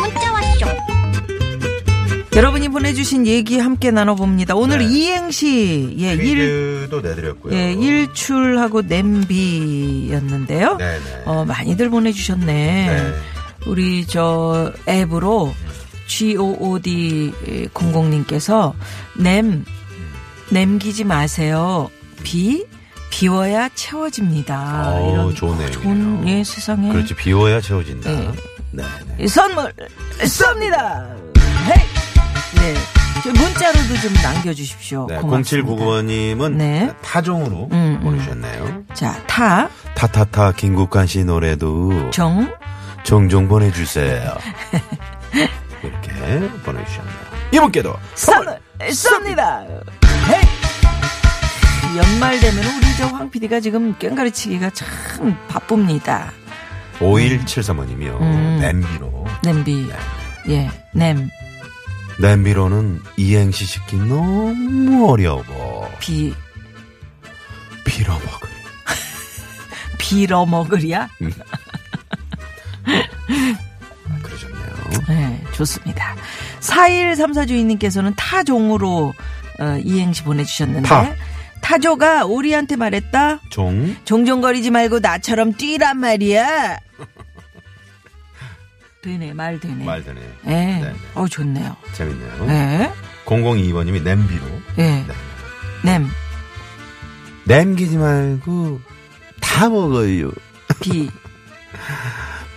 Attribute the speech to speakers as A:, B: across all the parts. A: 문자 왔쇼
B: 여러분이 보내주신 얘기 함께 나눠봅니다. 오늘
C: 네. 그
B: 이행시 예, 일,
C: 퀴즈도 내드렸고요.
B: 예, 일출하고 냄비였는데요.
C: 네네.
B: 어, 많이들 보내주셨네.
C: 네.
B: 우리 저 앱으로 GOOD00님께서 냄, 냄기지 마세요. 비, 비워야 채워집니다.
C: 어우,
B: 이런
C: 좋은
B: 어,
C: 내용이네요. 그렇죠.
B: 좋은, 예, 세상에.
C: 그렇지 비워야 채워진다.
B: 네.
C: 네. 네.
B: 이 선물 쏩니다. 헤이. 네. 저 문자로도 좀 남겨주십시오.
C: 네,
B: 고맙습니다.
C: 0799번님은
B: 네.
C: 타종으로
B: 음,
C: 보내주셨네요.
B: 자, 타,
C: 타타타 김국환 씨 노래도
B: 정,
C: 종종 보내주세요. 이렇게 보내주셨네요. 이분께도
B: 선물 쏩니다. 헤이. 연말 되면 우리 저 황 PD가 지금 꽹가리치기가 참 바쁩니다.
C: 5173번님이요.
B: 음.
C: 냄비로.
B: 냄비, 예, 냄,
C: 냄비로는 이행시 시키 너무 어려워.
B: 비,
C: 빌어먹을.
B: 빌어 먹으랴?
C: 그러셨네요.
B: 네, 좋습니다. 4134 주인님께서는 타종으로 어, 이행시 보내주셨는데
C: 타.
B: 조가 오리한테 말했다.
C: 종.
B: 종종거리지 말고 나처럼 뛰란 말이야. 되네, 말 되네.
C: 말 되네요.
B: 예.
C: 네.
B: 어, 좋네요.
C: 재밌네요.
B: 예.
C: 002번님이 냄비로.
B: 예.
C: 네.
B: 냄,
C: 남기지 말고 다 먹어요.
B: 비,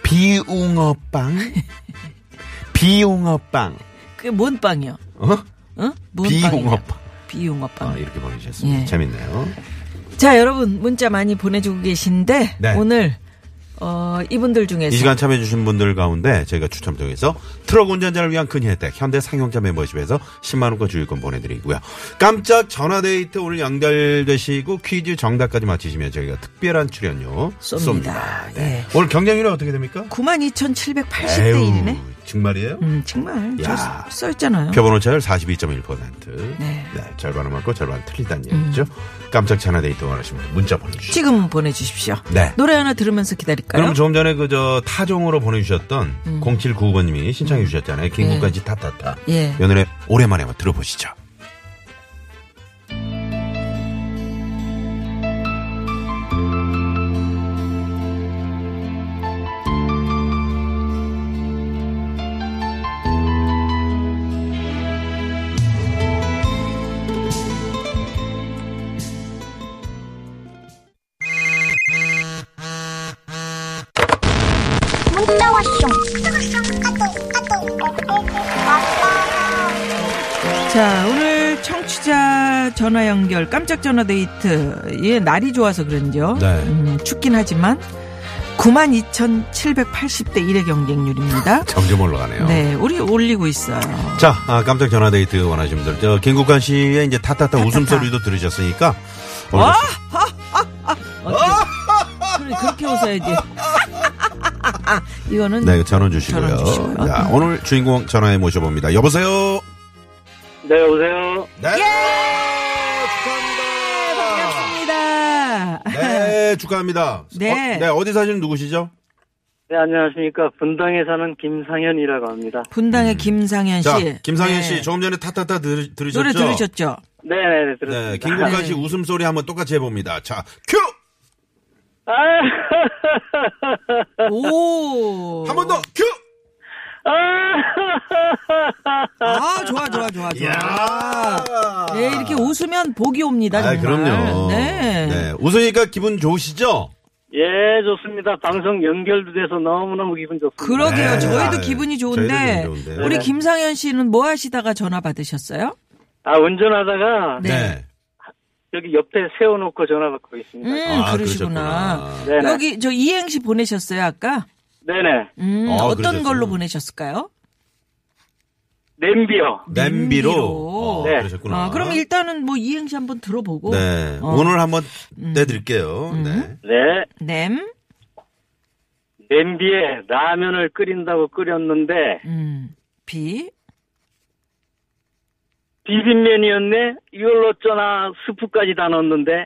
C: 비웅어빵. 비웅어빵.
B: 그게 뭔 빵이요?
C: 어?
B: 응? 뭔
C: 비웅어빵.
B: 비용어빵.
C: 아, 이렇게 보내주셨습니다.
B: 예.
C: 재밌네요.
B: 자, 여러분, 문자 많이 보내주고 계신데,
C: 네.
B: 오늘, 어, 이분들 중에서.
C: 이 시간 참여해주신 분들 가운데 저희가 추첨 통해서 트럭 운전자를 위한 큰 혜택 현대 상용차 멤버십에서 10만원권 주유권 보내드리고요. 깜짝 전화데이트 오늘 연결되시고 퀴즈 정답까지 맞히시면 저희가 특별한 출연료
B: 쏩니다.
C: 쏩니다. 네.
B: 예.
C: 오늘 경쟁률은 어떻게 됩니까?
B: 92,780대 1이네.
C: 정말이에요?
B: 음, 정말.
C: 야.
B: 저 써있잖아요.
C: 표본오 차율 42.1%.
B: 어? 네.
C: 네. 절반은 맞고 절반 틀리다는 얘기죠. 깜짝 전화 데이트 원하시면 문자 보내주시죠.
B: 지금 보내주십시오.
C: 네.
B: 노래 하나 들으면서 기다릴까요?
C: 그럼 조금 전에 그 저 타종으로 보내주셨던 0795번님이 신청해 주셨잖아요. 김국까지 타타타.
B: 예.
C: 이 노래 오랜만에 한번 들어보시죠.
A: 문자 왔쇼 까똑 까똑 왔다
B: 자, 오늘 청취자 전화 연결, 깜짝 전화 데이트. 예, 날이 좋아서 그런지요.
C: 네.
B: 음, 춥긴 하지만, 92,780대 1의 경쟁률입니다.
C: 점점 올라가네요.
B: 네, 우리 올리고 있어요.
C: 자, 아, 깜짝 전화 데이트 원하시는 분들. 저 김국환 씨의 이제 타타타 웃음소리도 들으셨으니까. 오늘
B: 아! 그래, 그렇게 웃어야지. 이거는.
C: 네, 전원 주시고요.
B: 전원 주시고요.
C: 자, 오늘 주인공 전화에 모셔봅니다. 여보세요?
D: 네, 여보세요.
C: 네! 축하합니다.
B: 반갑습니다.
C: 네, 축하합니다.
B: 네.
C: 어, 네, 어디 사시는 누구시죠?
D: 네, 안녕하십니까. 분당에 사는 김상현이라고 합니다.
B: 분당의 김상현 씨.
C: 음. 자, 김상현
B: 네.
C: 씨, 조금 전에 타타타 들, 들으셨죠?
B: 노래 들으셨죠?
D: 네, 네, 네,
C: 네,
D: 들었습니다.
C: 김국환
B: 네.
C: 씨 웃음소리 한번 똑같이 해봅니다. 자, 큐!
D: 아,
B: 오.
C: 한 번 더, 큐!
B: 아, 좋아, 좋아, 좋아, 좋아. 네, 이렇게 웃으면 복이 옵니다.
C: 아,
B: 정말.
C: 그럼요.
B: 네.
C: 웃으니까 기분 좋으시죠?
D: 예, 좋습니다. 방송 연결도 돼서 너무너무 기분 좋습니다.
B: 그러게요.
C: 네.
B: 저희도
C: 아,
B: 기분이
C: 저희도
B: 좋은데,
C: 기분 좋은데요.
B: 우리
D: 네.
B: 김상현 씨는 뭐 하시다가 전화 받으셨어요?
D: 아, 운전하다가
B: 네.
D: 여기 옆에 세워놓고 전화 받고 있습니다.
B: 음,
C: 아,
B: 그러시구나.
C: 그러셨구나.
D: 네네.
B: 여기 저 이행시 보내셨어요, 아까?
D: 네네.
B: 음,
C: 아,
B: 어떤
C: 그러셨어요.
B: 걸로 보내셨을까요?
D: 냄비요.
C: 냄비로.
B: 냄비로.
C: 어,
D: 네.
C: 그러셨구나.
B: 아, 그럼 일단은 뭐 이행시 한번 들어보고.
C: 네.
B: 어. 음.
C: 오늘 한번 내드릴게요. 네.
D: 네.
B: 냄.
D: 냄비에 라면을 끓인다고 끓였는데
B: 음. 비.
D: 비빔면이었네. 이걸 어쩌나 스프까지 다 넣었는데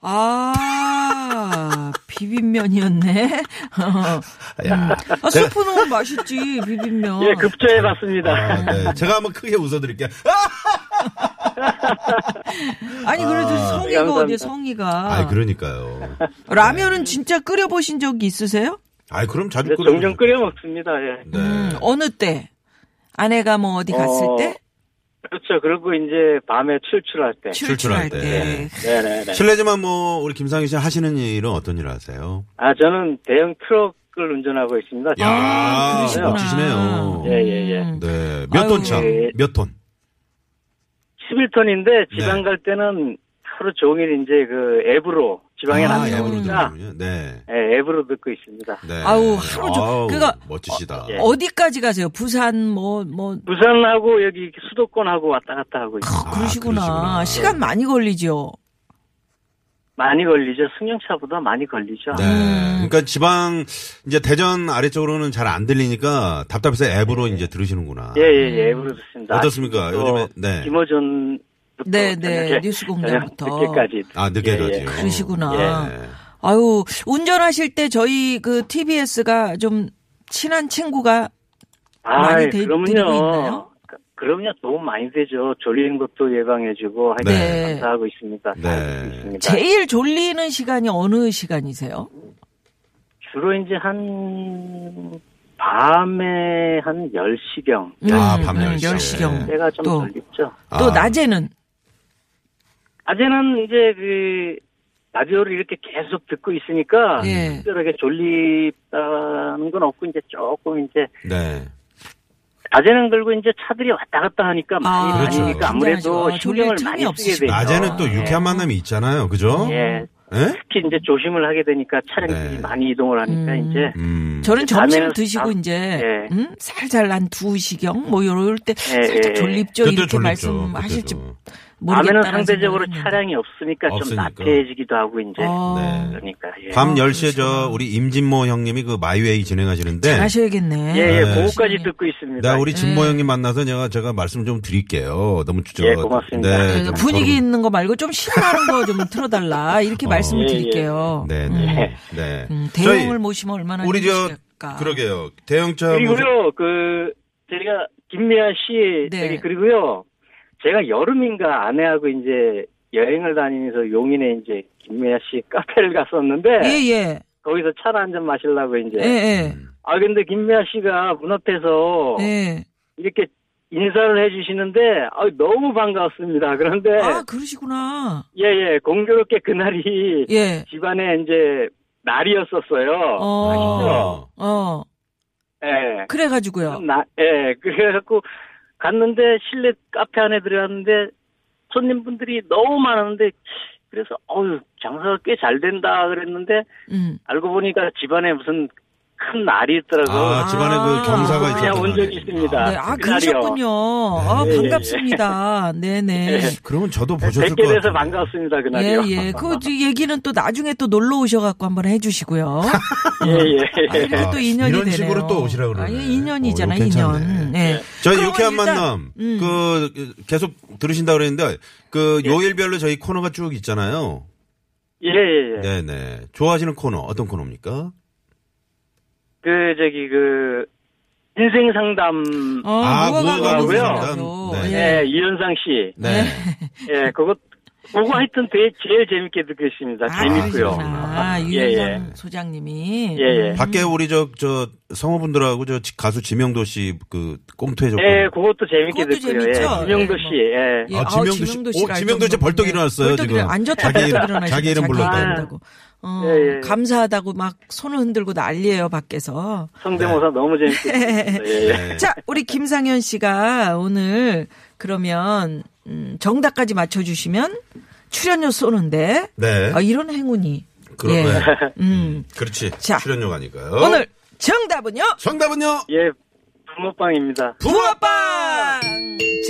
B: 아. 비빔면이었네.
C: 야.
B: 아, 스프 넣으면 맛있지 비빔면.
D: 예 급조해봤습니다.
C: 아, 네. 제가 한번 크게 웃어드릴게요. 아!
B: 아니 그래도 성의가
D: 감사합니다.
B: 어디 성의가.
C: 아, 그러니까요.
B: 라면은 진짜 끓여보신 적 있으세요?
C: 아, 그럼 자주
D: 근데
C: 끓여.
D: 종종 끓여 먹습니다. 예.
C: 네.
B: 음, 어느 때? 아내가 뭐 어디 갔을
D: 어,
B: 때?
D: 그렇죠. 그리고 이제 밤에 출출할 때.
B: 출출할
C: 출출할
B: 때.
C: 때.
D: 네네네.
C: 실례지만 뭐 우리 김상희 씨 하시는 일은 어떤 일을 하세요?
D: 아 저는 대형 트럭을 운전하고 있습니다.
C: 야,
B: 아, 그러시구나.
C: 멋지시네요.
D: 예, 예, 예.
B: 음.
C: 네. 몇
B: 아유. 예.
C: 톤 차? 몇 톤?
D: 11톤인데 지방
C: 네.
D: 갈 때는 하루 종일 이제 그 앱으로 지방에
C: 아,
D: 남겨
C: 앱으로
D: 놓으니까
C: 들으군요. 네.
D: 예, 앱으로 듣고 있습니다.
C: 네.
B: 아우, 하루 종-
C: 아우,
B: 그러니까
C: 멋지시다.
D: 예.
B: 어디까지 가세요? 부산 뭐 뭐
D: 부산하고 여기 수도권하고 왔다 갔다 하고 있어요.
B: 그러시구나.
C: 그러시구나.
B: 시간 많이 걸리죠.
D: 많이 걸리죠. 승용차보다 많이 걸리죠.
C: 네.
B: 음.
C: 그러니까 지방 이제 대전 아래쪽으로는 잘 안 들리니까 답답해서 앱으로 이제 들으시는구나.
D: 예, 예, 예, 앱으로 듣습니다.
C: 어떻습니까?
D: 아침부터
C: 요즘에 네.
D: 김어준부터
B: 네, 네.
D: 저녁에,
B: 뉴스공장부터.
D: 저녁 늦게까지.
C: 아, 늦게까지요.
D: 예,
C: 네.
D: 예.
B: 그러시구나.
C: 예.
B: 아유, 운전하실 때 저희 그 TBS가 좀 친한 친구가 많이
D: 아이,
B: 되-
D: 그럼요.
B: 드리고 있나요?
D: 그- 그럼요. 도움 많이 되죠. 졸리는 것도 예방해주고 하여튼
C: 네.
D: 감사하고 있습니다. 잘
C: 네.
D: 듣고 있습니다.
B: 제일 졸리는 시간이 어느 시간이세요?
D: 주로 이제 한 밤에 한 10시경
C: 아, 밤 10시.
B: 10시 경.
D: 때가 좀
B: 음. 또.
D: 걸리죠.
B: 또
C: 아.
B: 낮에는
D: 낮에는 이제 그 라디오를 이렇게 계속 듣고 있으니까
B: 예.
D: 특별하게 졸리다는 건 없고 이제 조금 이제
C: 네.
D: 낮에는 그리고 이제 차들이 왔다 갔다 하니까 많이
B: 아,
C: 그렇죠.
D: 다니니까 아무래도
B: 긴장하죠. 아, 졸릴
D: 신경을
B: 틈이
D: 많이 쓰게
B: 없으시구나.
D: 되죠. 네.
C: 낮에는
B: 예.
C: 또 유쾌한 만남이 있잖아요. 그죠?
D: 예.
C: 예?
D: 특히 이제 조심을 하게 되니까 차량들이
C: 네.
D: 많이 이동을 하니까
B: 음.
D: 이제
C: 음.
B: 저는 점심
D: 밤에는
B: 드시고
D: 밤-
B: 이제
D: 그 예.
B: 음? 살살 난 2시경 뭐 요럴 때
D: 예,
B: 살짝
D: 예.
B: 졸립죠
C: 그때
B: 이렇게
C: 졸립죠.
B: 말씀하실지
C: 그때도.
D: 밤에는
B: 모르겠다는
D: 상대적으로
B: 생각이
D: 차량이 없으니까, 좀
C: 없으니까.
D: 나태해지기도 하고 이제
B: 어,
C: 네.
D: 그러니까 예.
C: 밤
B: 아,
C: 10시에 저 우리 임진모 형님이 그 마이웨이 진행하시는데
B: 잘하셔야겠네.
D: 예, 예,
C: 네.
D: 그거까지
B: 시간이-
D: 듣고 있습니다.
C: 나
B: 네.
C: 우리 진모 형님 만나서 제가 제가 말씀 좀 드릴게요. 너무 주저.
D: 예, 고맙습니다.
B: 네,
C: 좀
B: 분위기
C: 저는-
B: 있는 거 말고 좀 신나는 거 좀 틀어달라 이렇게
C: 어.
B: 말씀을
D: 예, 예.
B: 드릴게요.
C: 네,
B: 음,
C: 네. 네.
B: 음,
C: 저희
B: 대형을 모시면 얼마나
C: 우리 저
B: 힘드실까.
C: 그러게요. 대형차 모셔-
D: 그리고요, 그, 저희가, 김미아 씨,
B: 네.
D: 저기, 그리고요, 제가 여름인가 아내하고 이제 여행을 다니면서 용인에 이제 김미아 씨 카페를 갔었는데,
B: 예, 예,
D: 거기서 차를 한잔 마시려고 이제.
B: 예, 예,
D: 아, 근데 김미아 씨가 문 앞에서
B: 예.
D: 이렇게 인사를 해주시는데, 아, 너무 반가웠습니다. 그런데,
B: 아 그러시구나.
D: 예, 예, 공교롭게 그날이
B: 예,
D: 집안에 이제 날이었었어요.
B: 어,
C: 어.
B: 어,
D: 예.
B: 그래가지고요.
D: 나, 예, 그래갖고 갔는데 실내 카페 안에 들어갔는데 손님분들이 너무 많았는데 그래서 어유 장사가 꽤 잘 된다 그랬는데
B: 음,
D: 알고 보니까 집안에 무슨 큰 날이 있더라고요.
C: 아, 집안에 그 경사가
B: 그냥
C: 있었던
D: 온 적이
C: 날이군요.
D: 있습니다.
B: 네, 아
D: 그 날이요.
B: 그러셨군요. 아
C: 네.
B: 반갑습니다. 네, 네.
D: 예.
C: 그러면 저도 보셨을
D: 뵙게
C: 것 같아요.
D: 돼서 반갑습니다
B: 예,
D: 그날이요.
B: 예. 그 얘기는 또 나중에 또 놀러 오셔갖고 한번 해주시고요.
D: 예, 예, 예.
B: 그리고 또 인연이
C: 이런
B: 되네요.
C: 식으로 또 오시라 그러네.
B: 아니, 예, 인연이잖아,
C: 어, 이거 괜찮네.
B: 인연. 예.
C: 저희
B: 그러면
C: 유쾌한
B: 일단,
C: 만남
B: 음.
C: 그 계속 들으신다 그랬는데 그 요일별로 저희 코너가 쭉 있잖아요.
D: 예, 예, 예.
C: 네, 네. 좋아하시는 코너 어떤 코너입니까?
D: 그 저기 그 인생 상담
B: 어,
C: 아, 네. 무화과
B: 무슨
D: 무슨
B: 상담도.
C: 상담.
B: 예.
D: 예, 이현상 씨.
C: 네.
D: 예, 그거 그거 하여튼 되게 제일 재밌게 듣고 있습니다.
B: 아,
D: 재밌고요.
B: 그러시구나.
D: 예,
B: 유현상 소장님이.
D: 예, 예.
C: 밖에
B: 음.
C: 우리 저 저 성우분들하고 저 지- 가수 지명도 씨 그 꽁트해 줬고.
D: 예, 그것도 재밌게
B: 그것도
D: 듣고요.
B: 재밌죠?
D: 예, 김영도
B: 예,
D: 씨,
B: 뭐.
D: 예.
B: 예,
C: 아,
B: 아우,
C: 지명도 씨.
B: 씨가
C: 오, 지명도 씨 벌떡
B: 네.
C: 일어났어요,
B: 벌떡
C: 지금.
B: 일어나- 앉았다
C: 자기
B: 벌떡
C: 이름-
B: 일어나시고
C: 자기 이름 불렀다고.
B: 일어났다고. 어,
D: 예, 예.
B: 감사하다고 막 손을 흔들고 난리예요 밖에서.
D: 성대모사
B: 네.
D: 너무 재밌게 듣고 있어요. 예, 예.
C: 네.
B: 자, 우리 김상현 씨가 오늘 그러면 음, 정답까지 맞춰주시면 출연료 쏘는데
C: 네.
B: 아, 이런 행운이.
C: 그러- 네.
B: 음.
C: 그렇지.
B: 자.
C: 출연료가니까요.
B: 오늘 정답은요?
C: 정답은요?
D: 예, 붕어빵입니다.
B: 붕어빵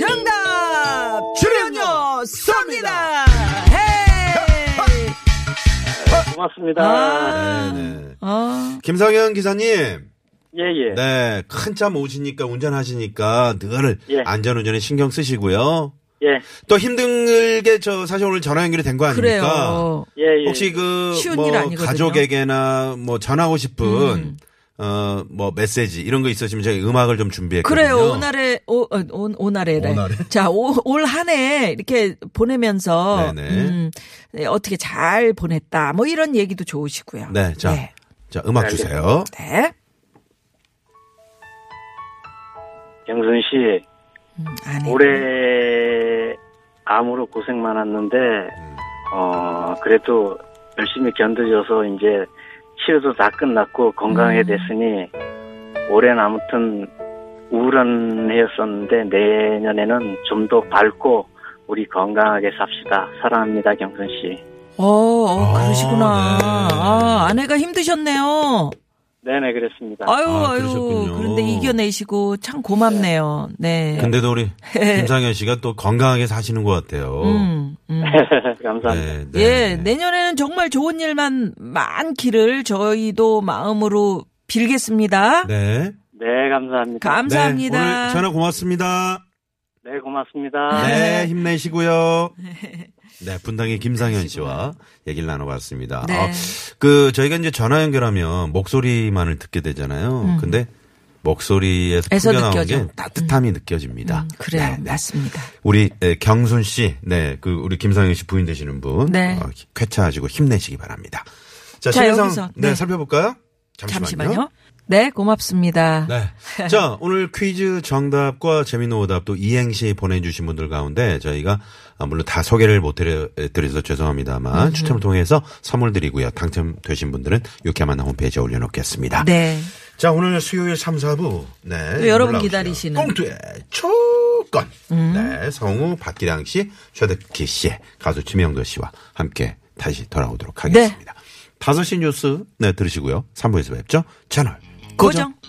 B: 정답 출연료 쏩니다 네. 헤이
D: 고맙습니다.
B: 아,
C: 네.
B: 어,
C: 김상현 기사님.
D: 예, 예.
C: 네. 한참 오시니까 운전하시니까 늘
D: 예.
C: 안전운전에 신경 쓰시고요.
D: 예,
C: 또 힘들게 저 사실 오늘 전화 연결이 된 거
B: 그러니까
C: 아닙니까?
B: 그래요
D: 예, 예.
C: 혹시 그
B: 쉬운
C: 뭐
B: 일 아니거든요. 음.
C: 가족에게나 뭐 전하고 싶은 어 뭐 메시지 이런 거 있으시면 제가 음악을 좀 준비했거든요.
B: 그래요 오늘에 어, 오오날에
C: 오나래.
B: 자올한해 이렇게 보내면서
C: 네네.
B: 음, 네, 어떻게 잘 보냈다 뭐 이런 얘기도 좋으시고요
C: 네, 자,
B: 네.
C: 자 음악 주세요.
B: 네.
D: 영순 씨,
B: 아니.
D: 올해 암으로 고생 많았는데, 어, 그래도 열심히 견뎌줘서 이제 치료도 다 끝났고 건강해 됐으니, 올해는 아무튼 우울한 해였었는데, 내년에는 좀 더 밝고, 우리 건강하게 삽시다. 사랑합니다, 경순 씨.
B: 어, 어,
C: 아,
B: 그러시구나.
C: 네.
B: 아, 아내가 힘드셨네요.
D: 네네, 그랬습니다.
B: 아유,
C: 아,
B: 아유.
C: 그러셨군요.
B: 그런데 이겨내시고 참 고맙네요. 네.
C: 근데도 우리 김상현 씨가 또 건강하게 사시는 것 같아요.
B: 음, 음.
D: 감사합니다.
C: 네, 네.
B: 예, 내년에는 정말 좋은 일만 많기를 저희도 마음으로 빌겠습니다.
C: 네.
D: 네, 감사합니다.
B: 감사합니다.
C: 네, 오늘 전화 고맙습니다.
D: 네, 고맙습니다.
C: 네, 힘내시고요. 네, 분당의 김상현 씨와 얘기를 나눠봤습니다.
B: 네.
C: 아, 그 저희가 이제 전화 연결하면 목소리만을 듣게 되잖아요. 근데 목소리에서
B: 음. 에서
C: 풍겨나오는
B: 느껴져.
C: 게 따뜻함이 느껴집니다.
B: 음, 그래요.
C: 네, 네.
B: 맞습니다.
C: 우리 에, 경순 씨, 네, 그 우리 김상현 씨 부인 되시는 분,
B: 네.
C: 어, 쾌차하시고 힘내시기 바랍니다. 자,
B: 자,
C: 신혜성,
B: 여기서,
C: 네.
B: 네.
C: 살펴볼까요?
B: 잠시만요. 네, 고맙습니다.
C: 네. 자, 오늘 퀴즈 정답과 재미있는 오답 또 이행시 보내주신 분들 가운데 저희가 아, 물론 다 소개를 못 드려- 드려서 죄송합니다만
B: 음.
C: 추첨을 통해서 선물 드리고요. 당첨되신 분들은 유쾌한 만남 홈페이지에 올려놓겠습니다.
B: 네.
C: 자, 오늘 수요일 3, 4부. 네.
B: 또 여러분
C: 놀라우시죠.
B: 기다리시는. 음.
C: 꽁투의 조건. 네. 성우 박기량 씨, 최덕기 씨, 가수 지명도 씨와 함께 다시 네, 돌아오도록 하겠습니다. 5시 뉴스, 네, 들으시고요. 3부에서 뵙죠. 채널
B: 고정.